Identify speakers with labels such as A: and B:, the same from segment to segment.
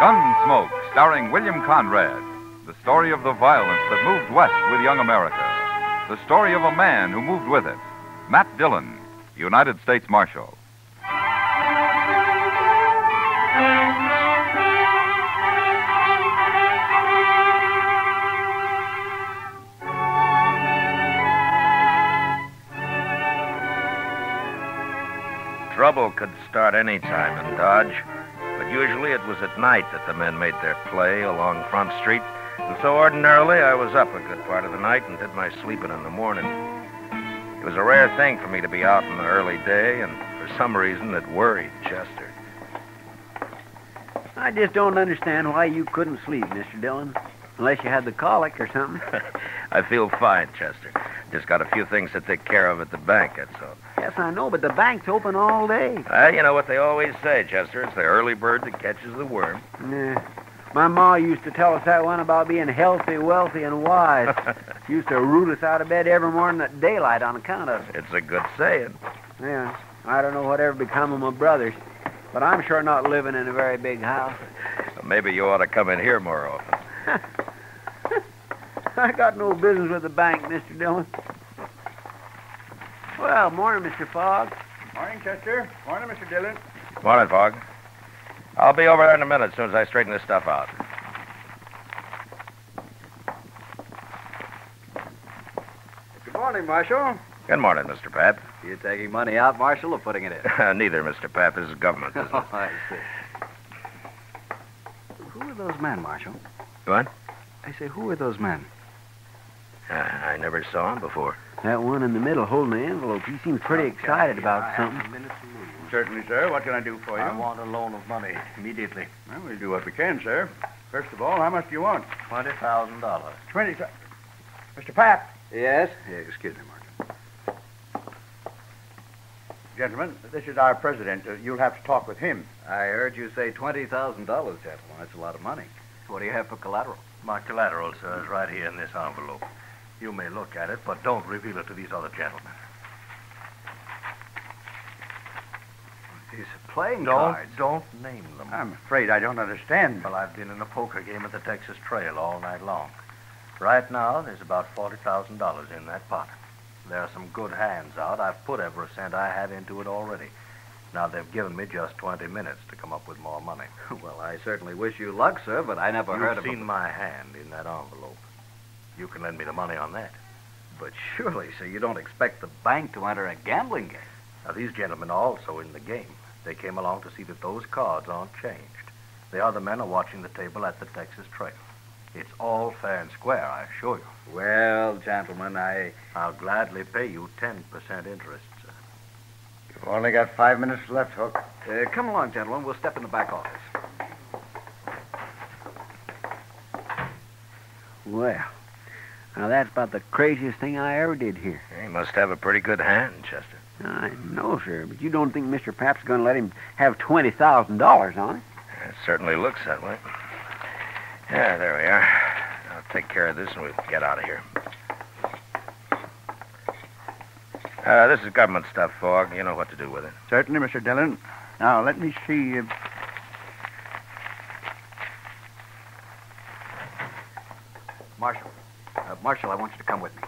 A: Gunsmoke, starring William Conrad. The story of the violence that moved west with young America. The story of a man who moved with it. Matt Dillon, United States Marshal.
B: Trouble could start any time in Dodge, but usually it was at night that the men made their play along Front Street, and so ordinarily I was up a good part of the night and did my sleeping in the morning. It was a rare thing for me to be out in the early day, and for some reason it worried Chester.
C: I just don't understand why you couldn't sleep, Mr. Dillon. Unless you had the colic or something.
B: I feel fine, Chester. Just got a few things to take care of at the bank, that's all.
C: Yes, I know, but the bank's open all day.
B: Uh, you know what they always say, Chester. It's the early bird that catches the worm.
C: Yeah. My ma used to tell us that one about being healthy, wealthy, and wise. she used to root us out of bed every morning at daylight on account of it.
B: It's a good saying.
C: Yeah. I don't know whatever become of my brothers, but I'm sure not living in a very big house.
B: Maybe you ought to come in here more often.
C: I got no business with the bank, Mr. Dillon. Well, morning, Mr. Fogg.
D: Morning, Chester. Morning, Mr. Dillon.
B: Morning, Fogg. I'll be over there in a minute as soon as I straighten this stuff out.
D: Good morning, Marshal.
B: Good morning, Mr. Pap.
E: You taking money out, Marshal, or putting it in?
B: Neither, Mr. Pap. This is government business.
E: Oh, I see. Who are those men, Marshal?
B: What?
E: I say, who are those men?
B: Uh, I never saw him before.
C: That one in the middle holding the envelope, he seems pretty excited about something.
D: Certainly, sir. What can I do for you?
E: want a loan of money immediately.
D: Well, we'll do what we can, sir. First of all, how much do you want?
E: Twenty thousand dollars.
D: Twenty. thou- Mr. Pap,
E: Yes? excuse me, Marshal.
D: gentlemen, this is our president. Uh, you'll have to talk with him.
E: I heard you say twenty thousand dollars, gentlemen. That's a lot of money. What do you have for collateral?
B: My collateral, sir, is right here in this envelope. You may look at it, but don't reveal it to these other gentlemen.
E: He's playing
B: don't name them.
D: I'm afraid I don't understand.
B: Well, I've been in a poker game at the Texas Trail all night long. Right now, there's about $40,000 in that pot. There are some good hands out. I've put every cent I had into it already. Now, they've given me just 20 minutes to come up with more money.
E: Well, I certainly wish you luck, sir, but I never heard
B: You've
E: of
B: seen
E: them.
B: my hand in that envelope. You can lend me the money on that.
E: But surely, sir, you don't expect the bank to enter a gambling game.
B: Now, these gentlemen are also in the game. They came along to see that those cards aren't changed. The other men are watching the table at the Texas Trail. It's all fair and square, I assure you.
E: Well, gentlemen, I.
B: I'll gladly pay you 10% interest, sir.
D: You've only got five minutes left, Hook.
E: Uh, come along, gentlemen. We'll step in the back office.
C: Well, now that's about the craziest thing I ever did here.
B: He must have a pretty good hand, Chester.
C: I know, sir, but you don't think Mr. Papp's going to let him have twenty thousand dollars on it?
B: It certainly looks that way. Yeah, there we are. I'll take care of this and we'll get out of here. Uh, this is government stuff, Fogg. You know what to do with it.
D: Certainly, Mr. Dillon. Now, let me see. Uh,
E: Marshal, uh, Marshal, I want you to come with me.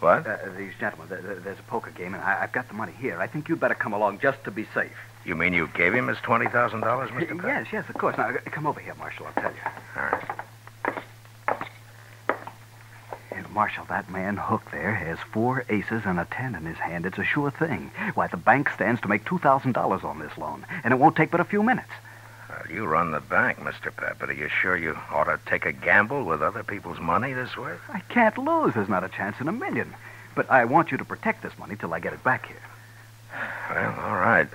B: What?
E: Uh, these gentlemen, th- th- there's a poker game, and I- I've got the money here. I think you'd better come along just to be safe.
B: You mean you gave him his $20,000, Mr. Pepper?
E: Yes, yes, of course. Now, uh, come over here, Marshal. I'll tell you.
B: All right.
E: Hey, Marshal, that man Hook there has four aces and a ten in his hand. It's a sure thing. Why, the bank stands to make $2,000 on this loan, and it won't take but a few minutes.
B: Uh, You run the bank, Mr. Pappert. Are you sure you ought to take a gamble with other people's money this way?
C: I can't lose. There's not a chance in a million. But I want you to protect this money till I get it back here.
B: Well, all right.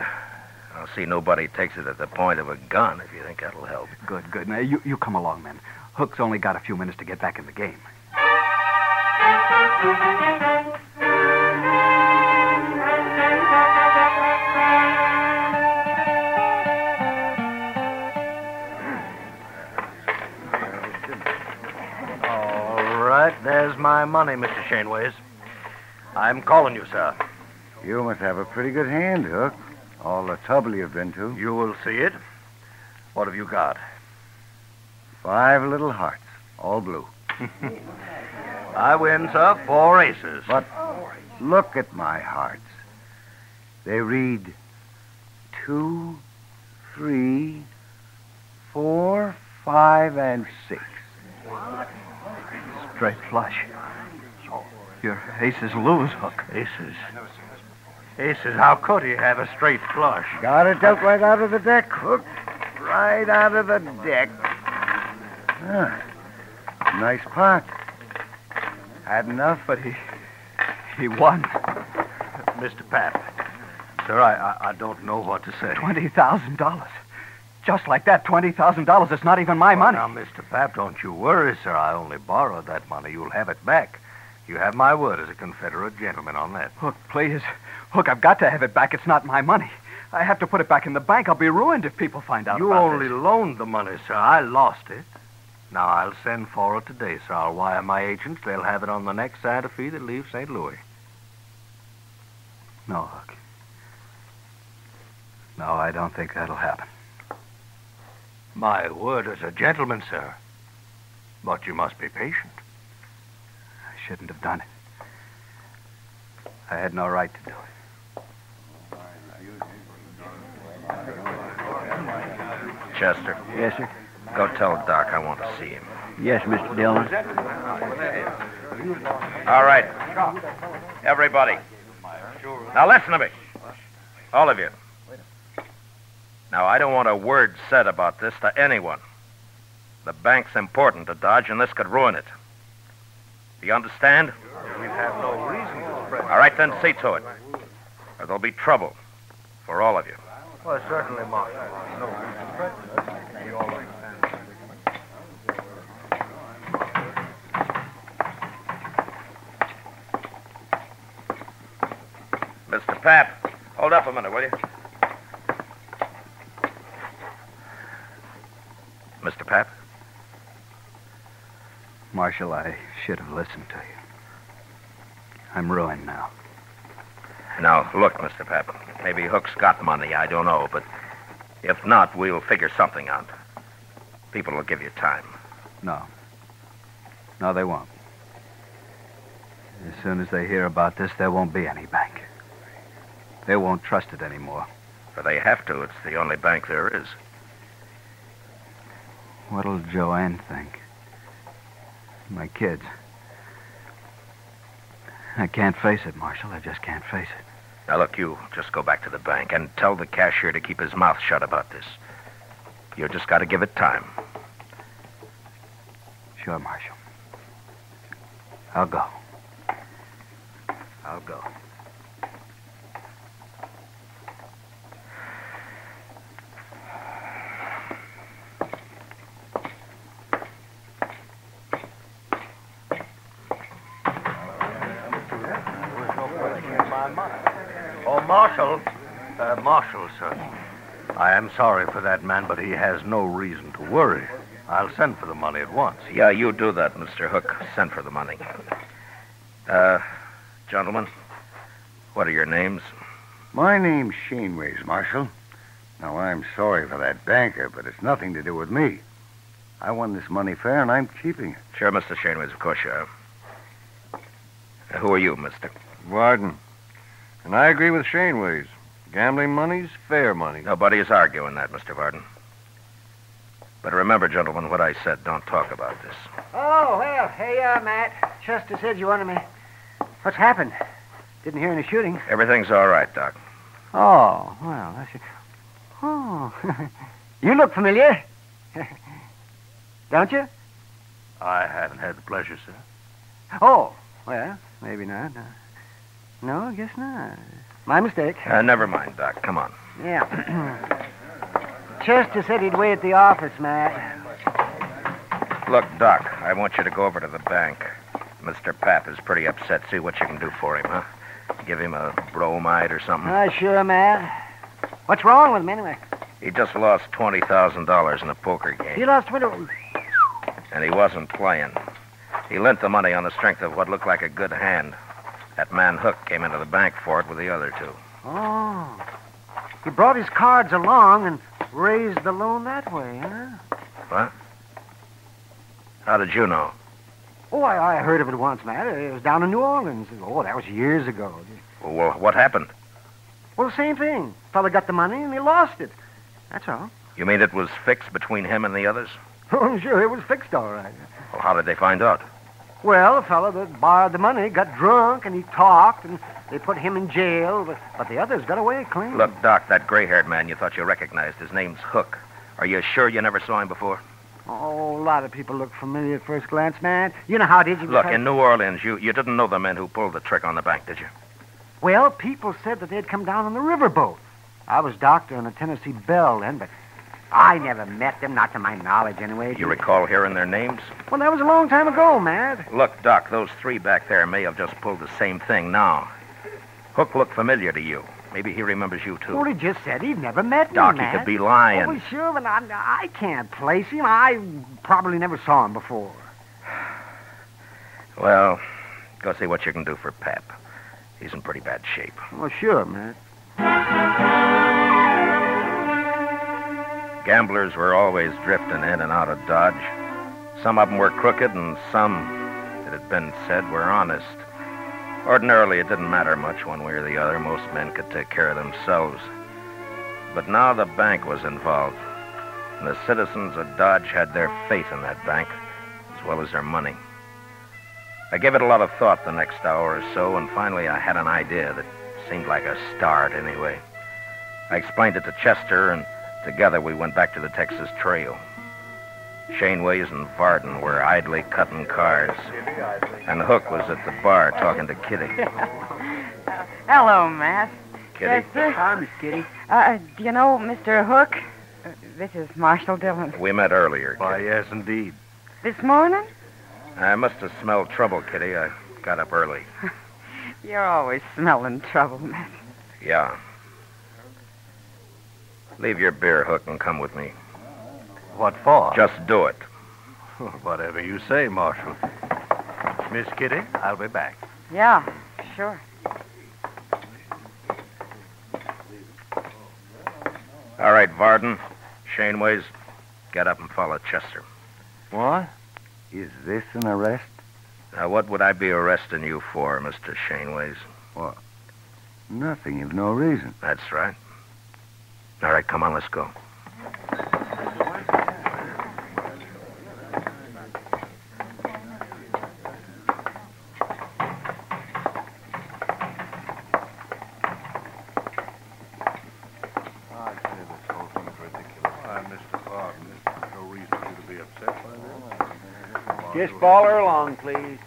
B: I'll see nobody takes it at the point of a gun if you think that'll help.
C: Good, good. Now, you, you come along, then. Hook's only got a few minutes to get back in the game.
B: All right, there's my money, Mr. Shaneways. I'm calling you, sir.
F: You must have a pretty good hand, Hook. All the trouble you've been to.
B: You will see it. What have you got?
F: Five little hearts, all blue.
B: I win, sir, four aces.
F: But look at my hearts. They read two, three, four, five, and six.
C: Straight flush. Your aces lose, Hook.
B: Aces. Aces, how could he have a straight flush?
F: Got it dealt right out of the deck, Hook. Right out of the deck. Ah, nice pot. Had enough, but he
C: He won
B: Mr. Papp. Sir, I, I, I don't know what to say.
C: $20,000. Just like that, $20,000. It's not even my
B: Well,
C: money.
B: Now, Mr. Papp, don't you worry, sir. I only borrowed that money. You'll have it back. You have my word as a Confederate gentleman on that.
C: Hook, please. Hook, I've got to have it back. It's not my money. I have to put it back in the bank. I'll be ruined if people find out
B: you
C: about
B: only
C: this.
B: loaned the money, sir. I lost it. Now, I'll send for it today, sir. I'll wire my agents. They'll have it on the next Santa Fe that leaves St. Louis.
C: No, Hook. No, I don't think that'll happen.
B: My word as a gentleman, sir. But you must be patient.
C: I shouldn't have done it. I had no right to do it.
B: Chester,
G: Yes, sir.
B: go tell Doc I want to see him.
G: Yes, Mr. Dillon.
B: All right. Everybody. Now listen to me. All of you. Now, I don't want a word said about this to anyone. The bank's important to Dodge, and this could ruin it. Do you understand? We have no reason to spread. All right, then, see to it. Or there'll be trouble for all of you.
F: Well, certainly, Mark.
B: Mr. Pap, hold up a minute, will you? Mr. Pap?
C: Marshal, I should have listened to you. I'm ruined now.
B: Now, look, Mr. Papp. Maybe Hook's got money. I don't know. But if not, we'll figure something out. People will give you time.
C: No. No, they won't. As soon as they hear about this, there won't be any bank. They won't trust it anymore.
B: But they have to. It's the only bank there is.
C: What'll Joanne think? My kids. I can't face it, Marshal. I just can't face it.
B: Now, look, you just go back to the bank and tell the cashier to keep his mouth shut about this. You just got to give it time.
C: Sure, Marshal. I'll go. I'll go.
B: Oh, Marshal. Uh, Marshal, sir. I am sorry for that man, but he has no reason to worry. I'll send for the money at once. Yeah, you do that, Mr. Hook. Send for the money. Uh, gentlemen, what are your names?
F: My name's Shaneways, Marshal. Now, I'm sorry for that banker, but it's nothing to do with me. I won this money fair, and I'm keeping it.
B: Sure, Mr. Shaneways, of course you are. Uh, who are you, mister?
H: Warden. And I agree with Shaneways. Gambling money's fair money.
B: Nobody is arguing that, Mr. Varden. But remember, gentlemen, what I said. Don't talk about this.
G: Oh, well, hey, uh, Matt. Chester said you wanted me. What's happened? Didn't hear any shooting.
B: Everything's all right, Doc.
G: Oh, well, that's... Oh,
C: You look familiar. Don't you?
B: I haven't had the pleasure, sir.
C: Oh, well, maybe not. Uh, no, I guess not. My mistake.
B: Uh, never mind, Doc. Come on.
C: Yeah. Chester said he'd wait at the office, Matt.
B: Look, Doc, I want you to go over to the bank. Mr. Pap is pretty upset. See what you can do for him, huh? Give him a bromide or something.
C: Uh, sure, Matt. What's wrong with him, anyway?
B: He just lost $20,000 in a poker game.
C: He lost twenty.
B: and he wasn't playing. He lent the money on the strength of what looked like a good hand. That man Hook came into the bank for it with the other two.
C: Oh. He brought his cards along and raised the loan that way, huh?
B: How did you know?
C: Oh, I, I heard of it once, Matt. It was down in New Orleans. Oh, that was years ago.
B: Well, what happened?
C: Well, same thing. Fella got the money and he lost it. That's all.
B: You mean it was fixed between him and the others?
C: Oh, sure, it was fixed all right.
B: Well, how did they find out?
C: Well, the fella that borrowed the money got drunk and he talked and they put him in jail, but, but the others got away clean.
B: Look, Doc, that gray haired man you thought you recognized, his name's Hook. Are you sure you never saw him before?
C: Oh, a lot of people look familiar at first glance, Matt. You know how did you
B: Look, in New Orleans, you, you didn't know the men who pulled the trick on the bank, did you?
C: Well, people said that they'd come down on the riverboat. I was doctor in the Tennessee Bell then, but I never met them, not to my knowledge anyway.
B: You recall hearing their names?
C: Well, that was a long time ago, Matt.
B: Look, Doc, those three back there may have just pulled the same thing now. Hook looked familiar to you. Maybe he remembers you,
C: Well,
B: too.
C: he just said he'd never met
B: Doc,
C: me,
B: he
C: Matt.
B: could be
C: Oh,
B: lying.
C: sure, but I, I can't place him. I probably never saw him before.
B: Well, go see what you can do for Pap. He's in pretty bad shape.
C: Well, sure, Matt.
B: Gamblers were always drifting in and out of Dodge. Some of them were crooked, and some, it had been said, were honest. Ordinarily, it didn't matter much one way or the other. Most men could take care of themselves. But now the bank was involved, and the citizens of Dodge had their faith in that bank, as well as their money. I gave it a lot of thought the next hour or so, and finally I had an idea that seemed like a start anyway. I explained it to Chester, and Together, we went back to the Texas Trail. Shaneways and Varden were idly cutting cars, and Hook was at the bar talking to Kitty.
I: Hello, Matt.
B: Kitty,
I: Chester.
C: Hi, Miss Kitty.
I: Uh, do you know Mr. Hook? Uh, This is Marshal Dillon.
B: we met earlier.
J: Why,
B: Kitty.
J: yes, indeed.
I: This morning?
B: I must have smelled trouble, Kitty. I got up early.
I: You're always smelling trouble, Matt.
B: Yeah. Leave your beer, Hook, and come with me.
J: What for?
B: Just do it.
J: Whatever you say, Marshal. Miss Kitty, I'll be back.
I: Yeah, sure.
B: All right, Varden, Shaneways, get up and follow Chester.
D: What? Is this an arrest?
B: Now, what would I be arresting you for, Mr. Shaneways?
D: Nothing of no reason.
B: That's right. All right, come on, let's go.
J: I'd say this whole thing's ridiculous. Why, Mr. Varden, there's no reason for you to be upset by this.
C: Just follow her along, please.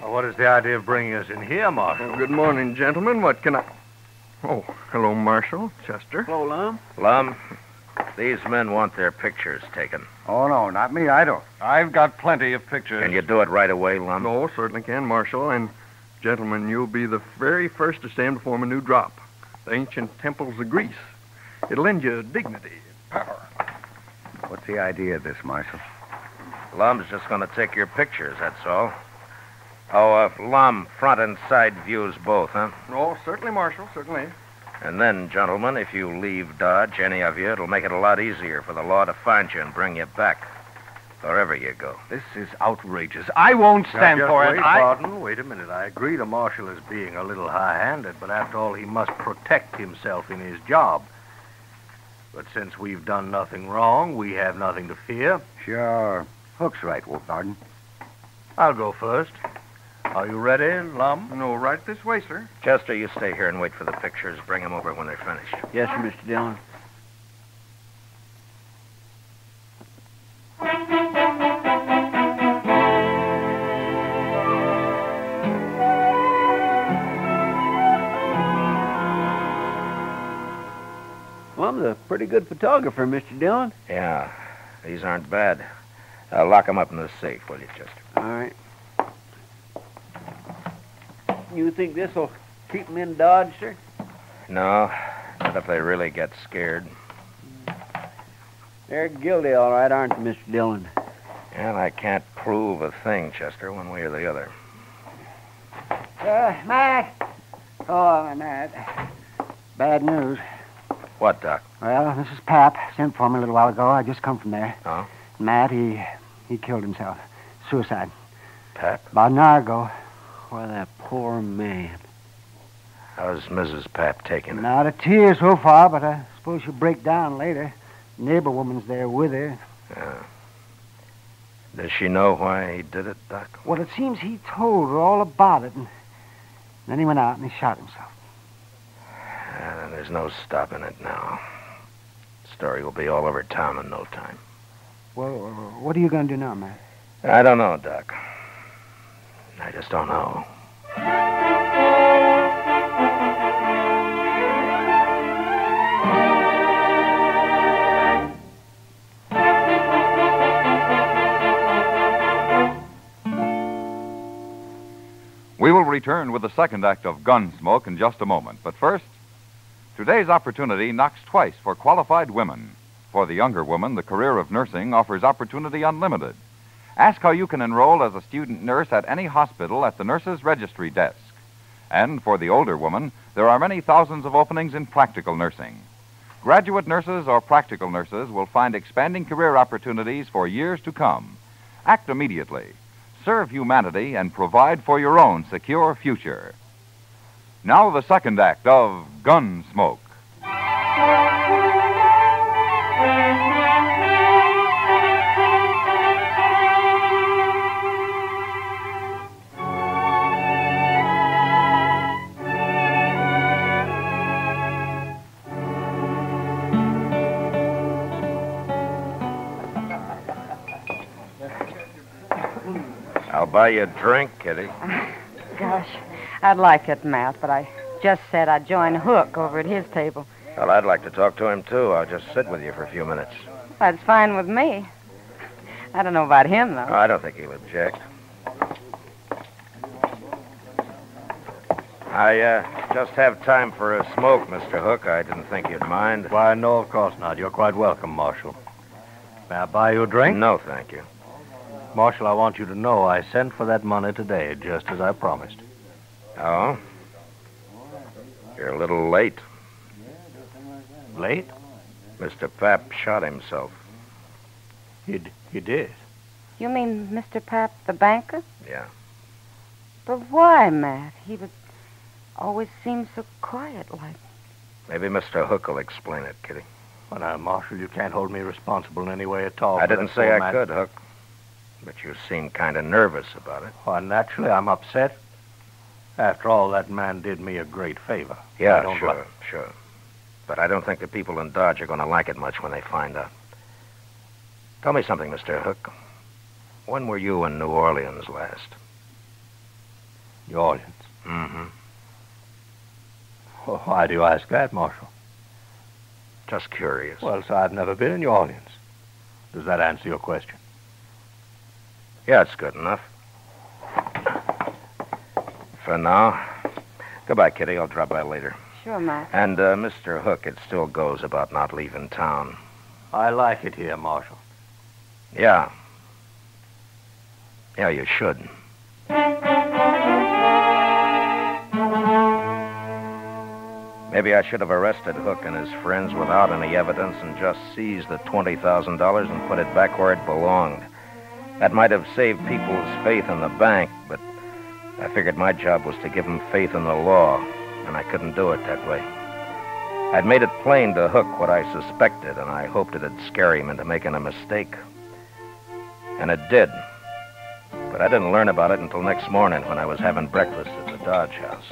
J: What is the idea of bringing us in here, Marshal?
K: Well, good morning, gentlemen. What can I. Oh, hello, Marshal. Chester.
C: Hello, Lum.
B: Lum, these men want their pictures taken.
D: Oh, no, not me. I don't.
J: I've got plenty of pictures.
B: Can you do it right away, Lum?
K: No, certainly can, Marshal. And, gentlemen, you'll be the very first to stand before my new drop the ancient temples of Greece. It'll lend you dignity and power.
D: What's the idea of this, Marshal?
B: Lum's just going to take your pictures, that's all. Oh, uh, Lum, front and side views both, huh?
K: Oh, certainly, Marshal, certainly.
B: And then, gentlemen, if you leave Dodge, any of you, it'll make it a lot easier for the law to find you and bring you back. Wherever you go.
J: This is outrageous. I won't stand
D: just
J: for it.
D: wait,
J: I...
D: Varden.
J: wait a minute. I agree the marshal is being a little high-handed, but after all, he must protect himself in his job. But since we've done nothing wrong, we have nothing to fear.
D: Sure. Hook's right, Wolf Barton.
J: I'll go first. Are you ready, Lum?
K: No, right this way, sir.
B: Chester, you stay here and wait for the pictures. Bring them over when they're finished.
C: Yes, sir, Mr. Dillon. Lum's a pretty good photographer, Mr. Dillon.
B: Yeah, these aren't bad. Uh, lock them up in the safe, will you, Chester?
C: All right. You think this will keep him in Dodge, sir?
B: No, not if they really get scared.
C: They're guilty, all right, aren't they, Mr. Dillon?
B: And I can't prove a thing, Chester, one way or the other.
C: Uh, Mac. Oh, Matt. Bad news.
B: What, Doc?
L: Well, this is Pap. Sent for me a little while ago. I just come from there.
B: Oh?
L: Matt, he he killed himself. Suicide.
B: Pap?
L: About an hour ago.
C: Why, that poor man.
B: How's Mrs. Pap taking it?
L: Not a tear so far, but I suppose she'll break down later. Neighbor woman's there with her.
B: Yeah. Does she know why he did it, Doc?
L: Well, it seems he told her all about it, and then he went out and he shot himself.
B: Ah, then there's no stopping it now. Story will be all over town in no time.
L: Well, what are you going to do now, Matt?
B: I don't know, Doc. I just don't know.
A: We will return with the second act of Gunsmoke in just a moment. But first, today's opportunity knocks twice for qualified women. For the younger woman, the career of nursing offers opportunity unlimited. Ask how you can enroll as a student nurse at any hospital at the nurse's registry desk. And for the older woman, there are many thousands of openings in practical nursing. Graduate nurses or practical nurses will find expanding career opportunities for years to come. Act immediately serve humanity, and provide for your own secure future. Now, the second act of Gunsmoke.
B: I'll buy you a drink, Kitty.
I: Gosh, I'd like it, Matt, but I just said I'd join Hook over at his table.
B: Well, I'd like to talk to him, too. I'll just sit with you for a few minutes.
I: That's fine with me. I don't know about him, though.
B: Oh, I don't think he'll object. I uh, just have time for a smoke, Mr. Hook. I didn't think you'd mind.
J: Why, no, of course not. You're quite welcome, Marshal. May I buy you a drink?
B: No, thank you.
J: Marshal, I want you to know I sent for that money today, just as I promised.
B: Oh? You're a little late.
J: Late?
B: Mr. Pap shot himself.
J: He, he did.
I: You mean Mr. Pap, the banker?
B: Yeah.
I: But why, Matt? He was always seemed so quiet like.
B: Maybe Mr. Hook will explain it, Kitty.
J: Well, now, uh, Marshal, you can't hold me responsible in any way at all.
B: I didn't say I could, Hook. But you seem kind of nervous about it.
J: Why, Oh, naturally, I'm upset. After all, that man did me a great favor. I
B: Yeah,
J: don't
B: sure,
J: like-
B: sure. But I don't think the people in Dodge are going to like it much when they find out. Tell me something, Mr. Hook. When were you in New Orleans last?
J: New Orleans.
B: Mm-hmm.
J: Well, why do you ask that, Marshal?
B: Just curious.
J: Well, sir, I've never been in New Orleans. Does that answer your question?
B: yeah, it's good enough. For now. Goodbye, Kitty. I'll drop by later.
I: Sure, Matt.
B: And, uh, Mr. Hook, it still goes about not leaving town.
J: I like it here, Marshal.
B: Yeah. Yeah, you should. Maybe I should have arrested Hook and his friends without any evidence and just seized the $20,000 and put it back where it belonged. That might have saved people's faith in the bank, but I figured my job was to give them faith in the law, and I couldn't do it that way. I'd made it plain to Hook what I suspected, and I hoped it'd scare him into making a mistake. And it did. But I didn't learn about it until next morning when I was having breakfast at the Dodge House.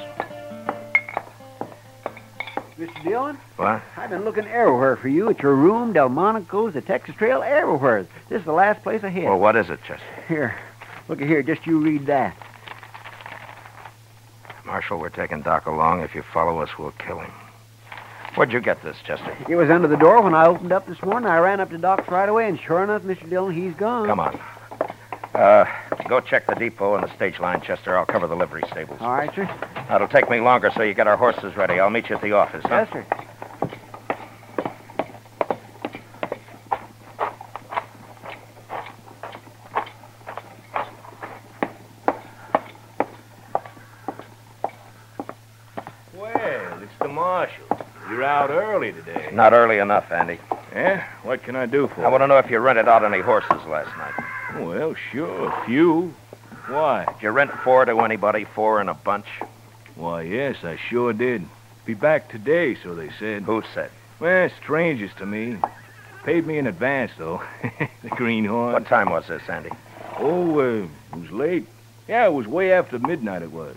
C: Mr. Dillon,
B: What?
C: I've been looking everywhere for you at your room, Delmonico's, the Texas Trail, everywhere. This is the last place I hit.
B: Well, what is it, Chester?
C: Here, look at here. Just you read that.
B: Marshal, we're taking Doc along. If you follow us, we'll kill him. Where'd you get this, Chester?
C: It was under the door when I opened up this morning. I ran up to Doc's right away, and sure enough, Mr. Dillon, he's gone.
B: Come on. Uh, go check the depot and the stage line, Chester. I'll cover the livery stables.
C: All right, sir.
B: That'll take me longer, so you get our horses ready. I'll meet you at the office. Huh?
C: Yes, sir.
M: Well, it's the marshal. You're out early today.
B: Not early enough, Andy.
M: Yeah? What can I do for
B: I want to know if you rented out any horses last night.
M: you? Well, sure, a few. Why?
B: Did you rent four to anybody? Four in a bunch?
M: Why, yes, I sure did. Be back today, so they said.
B: Who said?
M: Well, strangers to me. Paid me in advance, though. the greenhorn.
B: What time was this, Andy?
M: Oh, uh, it was late. Yeah, it was way after midnight it was.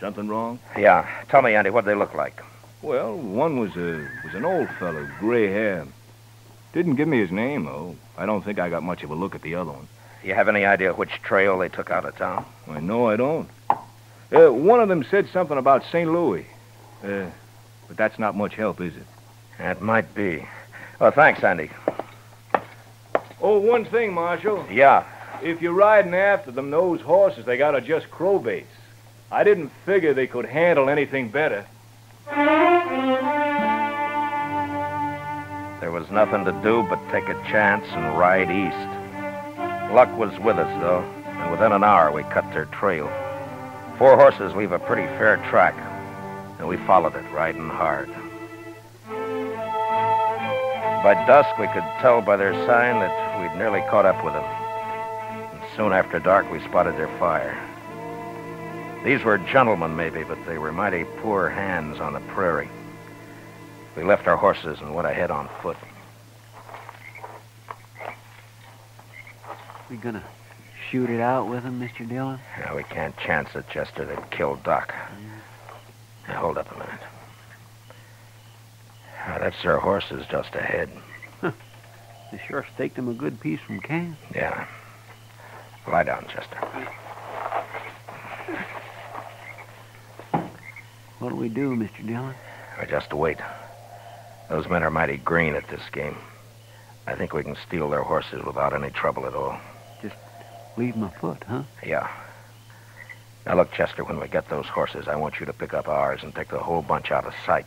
M: Something wrong?
B: Yeah. Tell me, Andy, what'd they look like?
M: Well, one was a was an old fellow, gray hair. Didn't give me his name, though. I don't think I got much of a look at the other one.
B: You have any idea which trail they took out of town?
M: Why, no, I don't. Uh, one of them said something about St. Louis. Uh, but that's not much help, is it?
B: That might be. Oh, thanks, Andy.
M: Oh, one thing, Marshal.
B: Yeah.
M: If you're riding after them, those horses they got are just crowbaits. I didn't figure they could handle anything better.
B: There was nothing to do but take a chance and ride east. Luck was with us, though, and within an hour we cut their trail. Four horses leave a pretty fair track, and we followed it, riding hard. By dusk, we could tell by their sign that we'd nearly caught up with them. And soon after dark, we spotted their fire. These were gentlemen, maybe, but they were mighty poor hands on the prairie. We left our horses and went ahead on foot.
C: We gonna shoot it out with him, Mr. Dillon?
B: Now we can't chance it, Chester. They'd kill Doc. Now, hold up a minute. Ah, that's their horses just ahead.
C: They sure staked him a good piece from camp.
B: Yeah. Lie down, Chester.
C: What'll we do, Mr. Dillon?
B: Or just wait. Those men are mighty green at this game. I think we can steal their horses without any trouble at all.
C: Leave him afoot, huh?
B: Yeah. Now look, Chester, when we get those horses, I want you to pick up ours and take the whole bunch out of sight.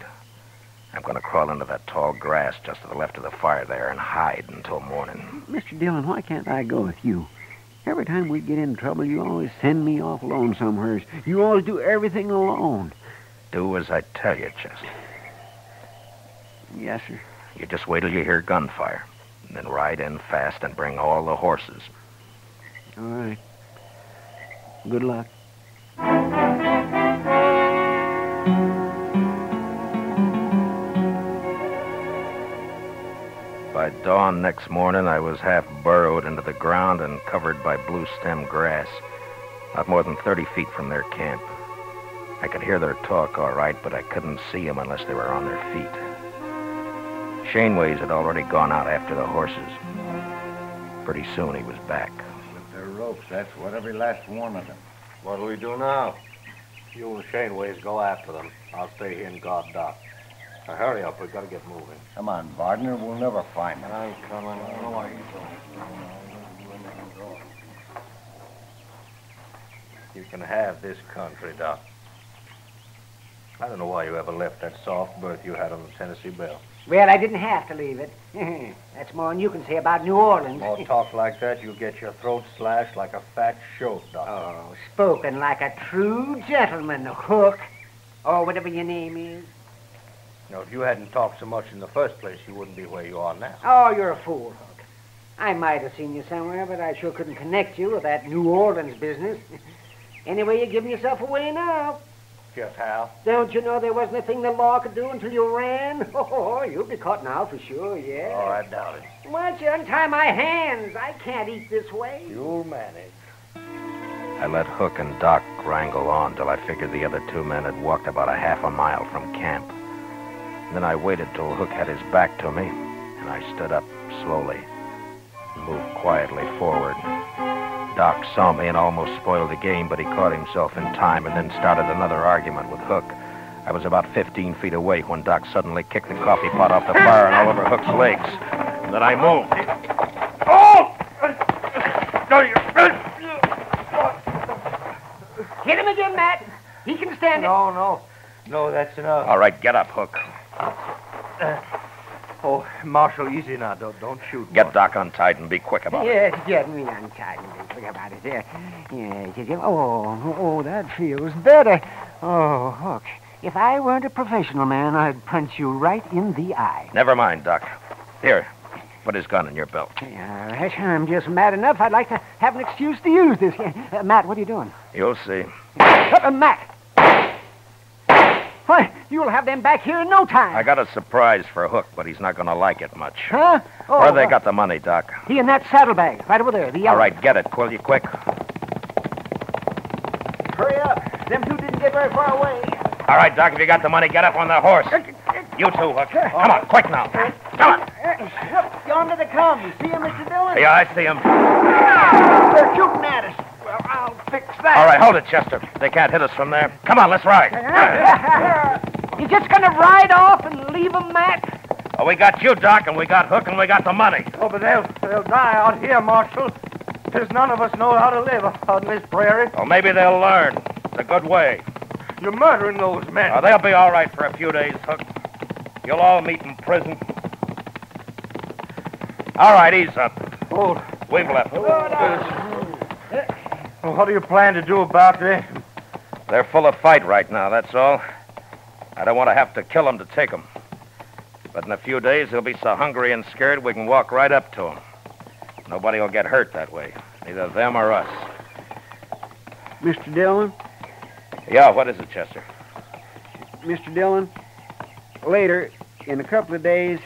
B: I'm going to crawl into that tall grass just to the left of the fire there and hide until morning.
C: Mr. Dillon, why can't I go with you? Every time we get in trouble, you always send me off alone somewheres. You always do everything alone.
B: Do as I tell you, Chester.
C: Yes, sir.
B: You just wait till you hear gunfire. And then ride in fast and bring all the horses.
C: All right. Good luck.
B: By dawn next morning, I was half burrowed into the ground and covered by blue stem grass, not more than 30 feet from their camp. I could hear their talk all right, but I couldn't see them unless they were on their feet. Shaneways had already gone out after the horses. Pretty soon he was back.
D: They're ropes. That's what every last one of them.
J: What'll we do now? You and Shaneways go after them. I'll stay here and guard Doc. Now, hurry up. We've got to get moving.
D: Come on, Vardner. We'll never find them.
J: I'm coming. I don't know why you You can have this country, Doc. I don't know why you ever left that soft berth you had on the Tennessee Belle.
N: Well, I didn't have to leave it. Mm-hmm. That's more than you can say about New Orleans.
J: More talk like that, you get your throat slashed like a fat shoat, Doc.
N: Oh, Spoken like a true gentleman, Hook, or whatever your name is.
J: Now, if you hadn't talked so much in the first place, you wouldn't be where you are now.
N: Oh, you're a fool, Hook. I might have seen you somewhere, but I sure couldn't connect you with that New Orleans business. anyway, you're giving yourself away now.
J: Just how?
N: Don't you know there wasn't a thing the law could do until you ran? Oh, you'll be caught now for sure, yeah.
J: Oh, I doubt it.
N: Why don't you untie my hands? I can't eat this way.
J: You'll manage.
B: I let Hook and Doc wrangle on till I figured the other two men had walked about a half a mile from camp. Then I waited till Hook had his back to me, and I stood up slowly and moved quietly forward. Doc saw me and almost spoiled the game, but he caught himself in time and then started another argument with Hook. I was about 15 feet away when Doc suddenly kicked the coffee pot off the fire and all over Hook's legs. And then I moved.
O: Oh! No, you...
N: Hit him again, Matt. He can stand
O: No, no. No, that's enough.
B: All right, get up, Hook.
J: Oh, Marshal, easy now. Don't, don't shoot.
B: Get Doc untied and be quick about it.
N: Yes, get me untied and think about it. There. Yes, yes, yes.
L: Oh, oh, that feels better. Oh, Hook, if I weren't a professional man, I'd punch you right in the eye.
B: Never mind, Doc. Here, put his gun in your belt.
L: All right, I'm just mad enough. I'd like to have an excuse to use this. Uh, Matt, what are you doing?
B: You'll see.
L: Uh, uh, Matt! Why, you'll have them back here in no time.
B: I got a surprise for Hook, but he's not going to like it much.
L: Huh? Oh,
B: Where they
L: uh,
B: got the money, Doc?
L: He in that saddlebag, right over there, the yellow.
B: All right, get it, Quill, you quick.
N: Hurry up. Them two didn't get very far away.
B: All right, Doc, if you got the money, get up on that horse. You too, Hook. Come on, quick now.
N: Look, yonder they come. You see him, Mr. Dillon?
B: Yeah, I see him.
N: They're shooting at us. Well, I'll fix that.
B: All right, hold it, Chester. They can't hit us from there. Come on, let's ride.
N: Uh-huh. You just gonna ride off and leave 'em, Matt?
B: Oh, we got you, Doc, and we got Hook, and we got the money.
J: Oh, but they'll, they'll die out here, Marshal. There's none of us know how to live out in this prairie.
B: Well, maybe they'll learn the good way.
J: You're murdering those men.
B: Oh, they'll be all right for a few days, Hook. You'll all meet in prison. All right, ease up.
J: Hold.
B: We've left.
J: Well, what do you plan to do about this?
B: They're full of fight right now, that's all. I don't want to have to kill them to take them. But in a few days, they'll be so hungry and scared we can walk right up to them. Nobody will get hurt that way, neither them or us.
C: Mr. Dillon?
B: Yeah, what is it, Chester?
C: Mr. Dillon, later, in a couple of days,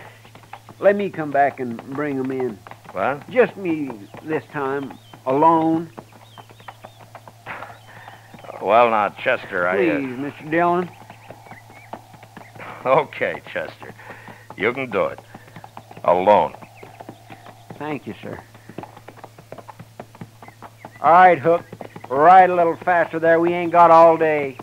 C: let me come back and bring 'em in.
B: What?
C: Just me this time, alone.
B: Well, now, Chester, I. uh,
C: Please, Mr. Dillon.
B: Okay, Chester. You can do it. Alone.
C: Thank you, sir. All right, Hook. Ride a little faster there. We ain't got all day.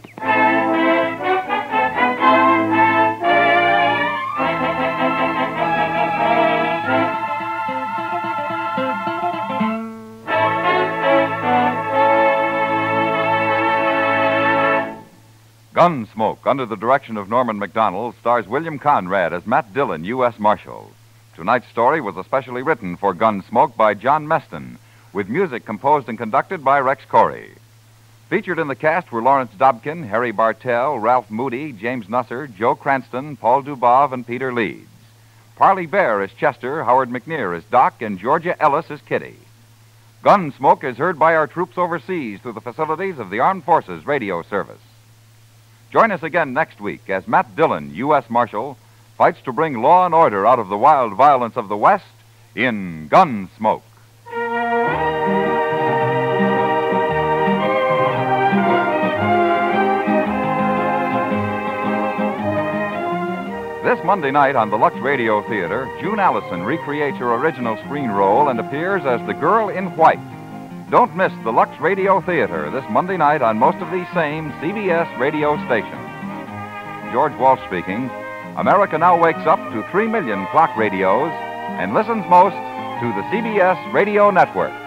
A: Gunsmoke, under the direction of Norman McDonald, stars William Conrad as Matt Dillon, U.S. Marshal. Tonight's story was especially written for Gunsmoke by John Meston, with music composed and conducted by Rex Corey. Featured in the cast were Lawrence Dobkin, Harry Bartell, Ralph Moody, James Nusser, Joe Cranston, Paul Dubov, and Peter Leeds. Parley Bear is Chester, Howard McNear is Doc, and Georgia Ellis is Kitty. Gunsmoke is heard by our troops overseas through the facilities of the Armed Forces Radio Service. Join us again next week as Matt Dillon, U.S. Marshal, fights to bring law and order out of the wild violence of the West in Gunsmoke. This Monday night on the Lux Radio Theater, June Allison recreates her original screen role and appears as the girl in white. Don't miss the Lux Radio Theater this Monday night on most of these same CBS radio stations. George Walsh speaking. America now wakes up to 3 million clock radios and listens most to the CBS radio network.